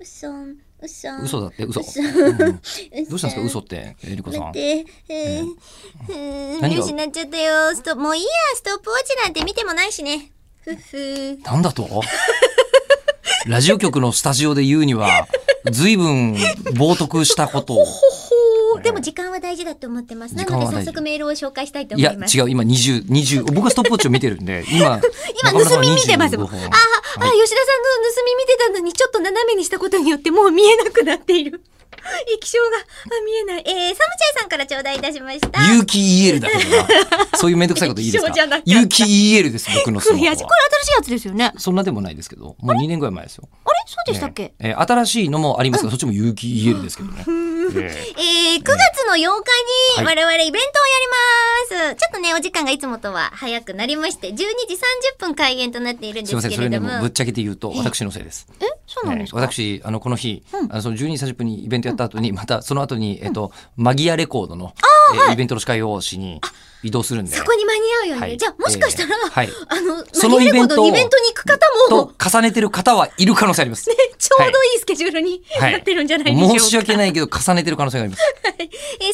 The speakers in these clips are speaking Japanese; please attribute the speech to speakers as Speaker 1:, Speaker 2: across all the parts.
Speaker 1: 嘘嘘
Speaker 2: 嘘だって嘘、
Speaker 1: 嘘
Speaker 2: うんどう
Speaker 1: ど
Speaker 2: したんですか嘘ってえりこさ
Speaker 1: 待っ
Speaker 2: ん
Speaker 1: て、えーえー、
Speaker 2: 何
Speaker 1: 見
Speaker 2: が
Speaker 1: 失っちゃったよストもういいやストップウォッチなんて見てもないしねふっふー
Speaker 2: なんだとラジオ局のスタジオで言うには随分冒涜したこと
Speaker 1: ほ
Speaker 2: を
Speaker 1: ほーでも時間は大事だと思ってますな
Speaker 2: 時間
Speaker 1: の
Speaker 2: は
Speaker 1: で
Speaker 2: 大事
Speaker 1: 早速メールを紹介したいと思
Speaker 2: いや
Speaker 1: います
Speaker 2: 違う今2020僕はストップウォッチを見てるんで今
Speaker 1: 今
Speaker 2: 中村さ
Speaker 1: 盗
Speaker 2: んは
Speaker 1: み見てます
Speaker 2: 25
Speaker 1: もんあ
Speaker 2: 本
Speaker 1: ーあー、吉田さんの盗み見てたのにちょっと斜めにしたことによってもう見えなくなっている 液晶があ見えないえー、サムチャイさんから頂戴いたしました
Speaker 2: 有機 EL だからそういうめんどくさいこといいですか
Speaker 1: 一緒じゃなかった
Speaker 2: 有機 EL です僕のス
Speaker 1: 悔しいこ
Speaker 2: マ
Speaker 1: れ新しい
Speaker 2: ホは
Speaker 1: やつですよねあれ
Speaker 2: そんなでもないですけどもう2年ぐらい前ですよ
Speaker 1: そうでしたっけ、
Speaker 2: えー新しいのもありますが、そっちも有機 EL ですけどね、え
Speaker 1: えー、9月の8日に
Speaker 2: は
Speaker 1: 我々イベントをやります、ちょっとね、お時間がいつもとは早くなりまして、12時30分開演となっているん
Speaker 2: ー
Speaker 1: です
Speaker 2: いません
Speaker 1: け
Speaker 2: それ
Speaker 1: れ
Speaker 2: ね
Speaker 1: ども。
Speaker 2: もうぶっちゃけて言うと私のせいです
Speaker 1: えそうなんですか、
Speaker 2: えー私あのこの日、あのその12時30分にイベントやった後に、またその後にえっとマギアレコードの、えーイベントの司会をしに移動するんで
Speaker 1: そこに間に合うようにね、
Speaker 2: はい
Speaker 1: じゃあもしかしたら、
Speaker 2: えーはい
Speaker 1: あの、
Speaker 2: そのイベ
Speaker 1: マリエレコー
Speaker 2: ントを
Speaker 1: ドのイベントに行く方も
Speaker 2: と、重ねてる方はいる可能性あ ります、
Speaker 1: ちょうどいいスケジュールに
Speaker 2: はい
Speaker 1: なってるんじゃないでしょうか。
Speaker 2: 申し訳ないけど重ねてる可能性があります
Speaker 1: えーそちら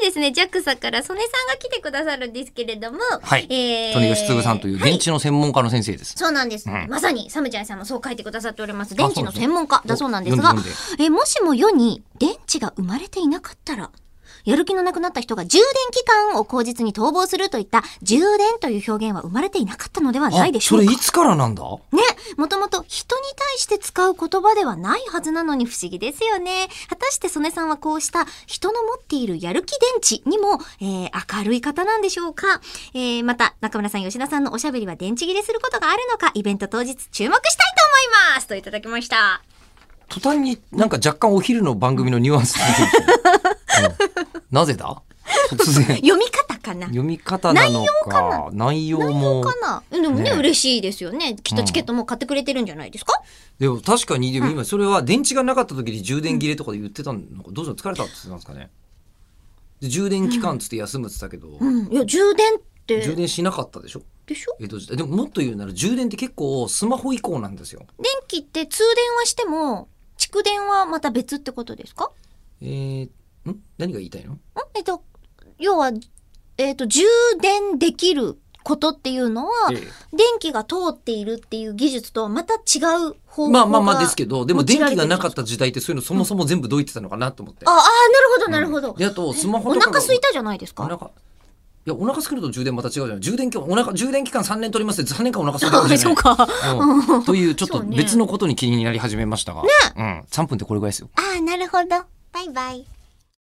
Speaker 1: にですね、ジャックさんから曽根さんが来てくださるんですけれども、
Speaker 2: はい、
Speaker 1: えー
Speaker 2: トニー吉次さんという現地の専門家の先生です、
Speaker 1: そうなんです、
Speaker 2: うん
Speaker 1: まさにサムジャイさんもそう書いてくださっております。
Speaker 2: あそう
Speaker 1: 電
Speaker 2: なんです
Speaker 1: 池
Speaker 2: ね
Speaker 1: の専門家だそうなんですが
Speaker 2: お読んで、
Speaker 1: えもしも世に電池が生まれていなかったら、やる気のなくなった人が充電期間を口実に逃亡するといった充電という表現は生まれていなかったのではないで
Speaker 2: あ
Speaker 1: し
Speaker 2: そ
Speaker 1: ょ
Speaker 2: れ
Speaker 1: う
Speaker 2: い
Speaker 1: か。
Speaker 2: つからなんだ
Speaker 1: ね、もともと人に対して使う言葉ではないはずなのに不思議ですよね。果たして曽根さんはこうした人の持っているやる気電池にも、えー明るい方なんでしょうか、えーまた中村さん、吉田さんのおしゃべりは電池切れすることがあるのか、イベント当日注目したいと思いますといただきました。
Speaker 2: 途端になんか若干お昼の番組のニュアンスに出てき てうんなぜだ突然
Speaker 1: 読み方かな
Speaker 2: 読み方なのか内容も
Speaker 1: かなでもね
Speaker 2: ね
Speaker 1: 嬉しいですよね。きっとチケットもう買ってくれてるんじゃないですか、
Speaker 2: でも確かにでも今それは電池がなかった時に充電切れとかで言ってたのかどうしたの疲れたって言ってたんですかねで充電期間つって休むって言ってたけど、
Speaker 1: うん、いや、充電って、
Speaker 2: 充電しなかったでしょ
Speaker 1: でしょ
Speaker 2: 江戸時代でももっと言うなら充電って結構スマホ以降なんですよ
Speaker 1: 電気って通電はしても、蓄電はまた別ってことですか
Speaker 2: えー、ん何が言いたいの
Speaker 1: んえっと、要は、えっと、充電できることっていうのは、
Speaker 2: え
Speaker 1: 電気が通っているっていう技術とはまた違う方法が
Speaker 2: まあまあまあですけどでも電
Speaker 1: 用いら
Speaker 2: 気
Speaker 1: れて
Speaker 2: が
Speaker 1: る
Speaker 2: なかった時代ってそういうのそもそも全部どう言ってたのかなと思って
Speaker 1: ああ、なるほど、なるほど。
Speaker 2: であとスマホ
Speaker 1: お
Speaker 2: とか
Speaker 1: 腹
Speaker 2: が
Speaker 1: 空いたじゃないです
Speaker 2: お
Speaker 1: か
Speaker 2: 腹いやお腹すくると充電また違うじゃない充電期間お腹充電期間3年取りますって3年間お腹すくるわけじ
Speaker 1: そ
Speaker 2: ゃな
Speaker 1: う
Speaker 2: い
Speaker 1: か。あ
Speaker 2: うん というちょっ
Speaker 1: そ
Speaker 2: と
Speaker 1: うね
Speaker 2: 別のことに気になり始めましたが、うん、3分ってこれぐらいですよ。
Speaker 1: あ、なるほど。バイバイ。